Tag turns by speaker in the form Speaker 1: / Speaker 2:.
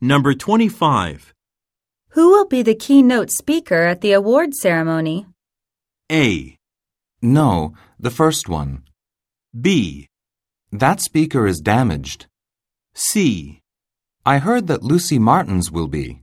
Speaker 1: Number 25.
Speaker 2: Who will be the keynote speaker at the award ceremony?
Speaker 1: A.
Speaker 3: No, the first one.
Speaker 1: B.
Speaker 3: That speaker is damaged.
Speaker 1: C.
Speaker 3: I heard that Lucy Martins will be.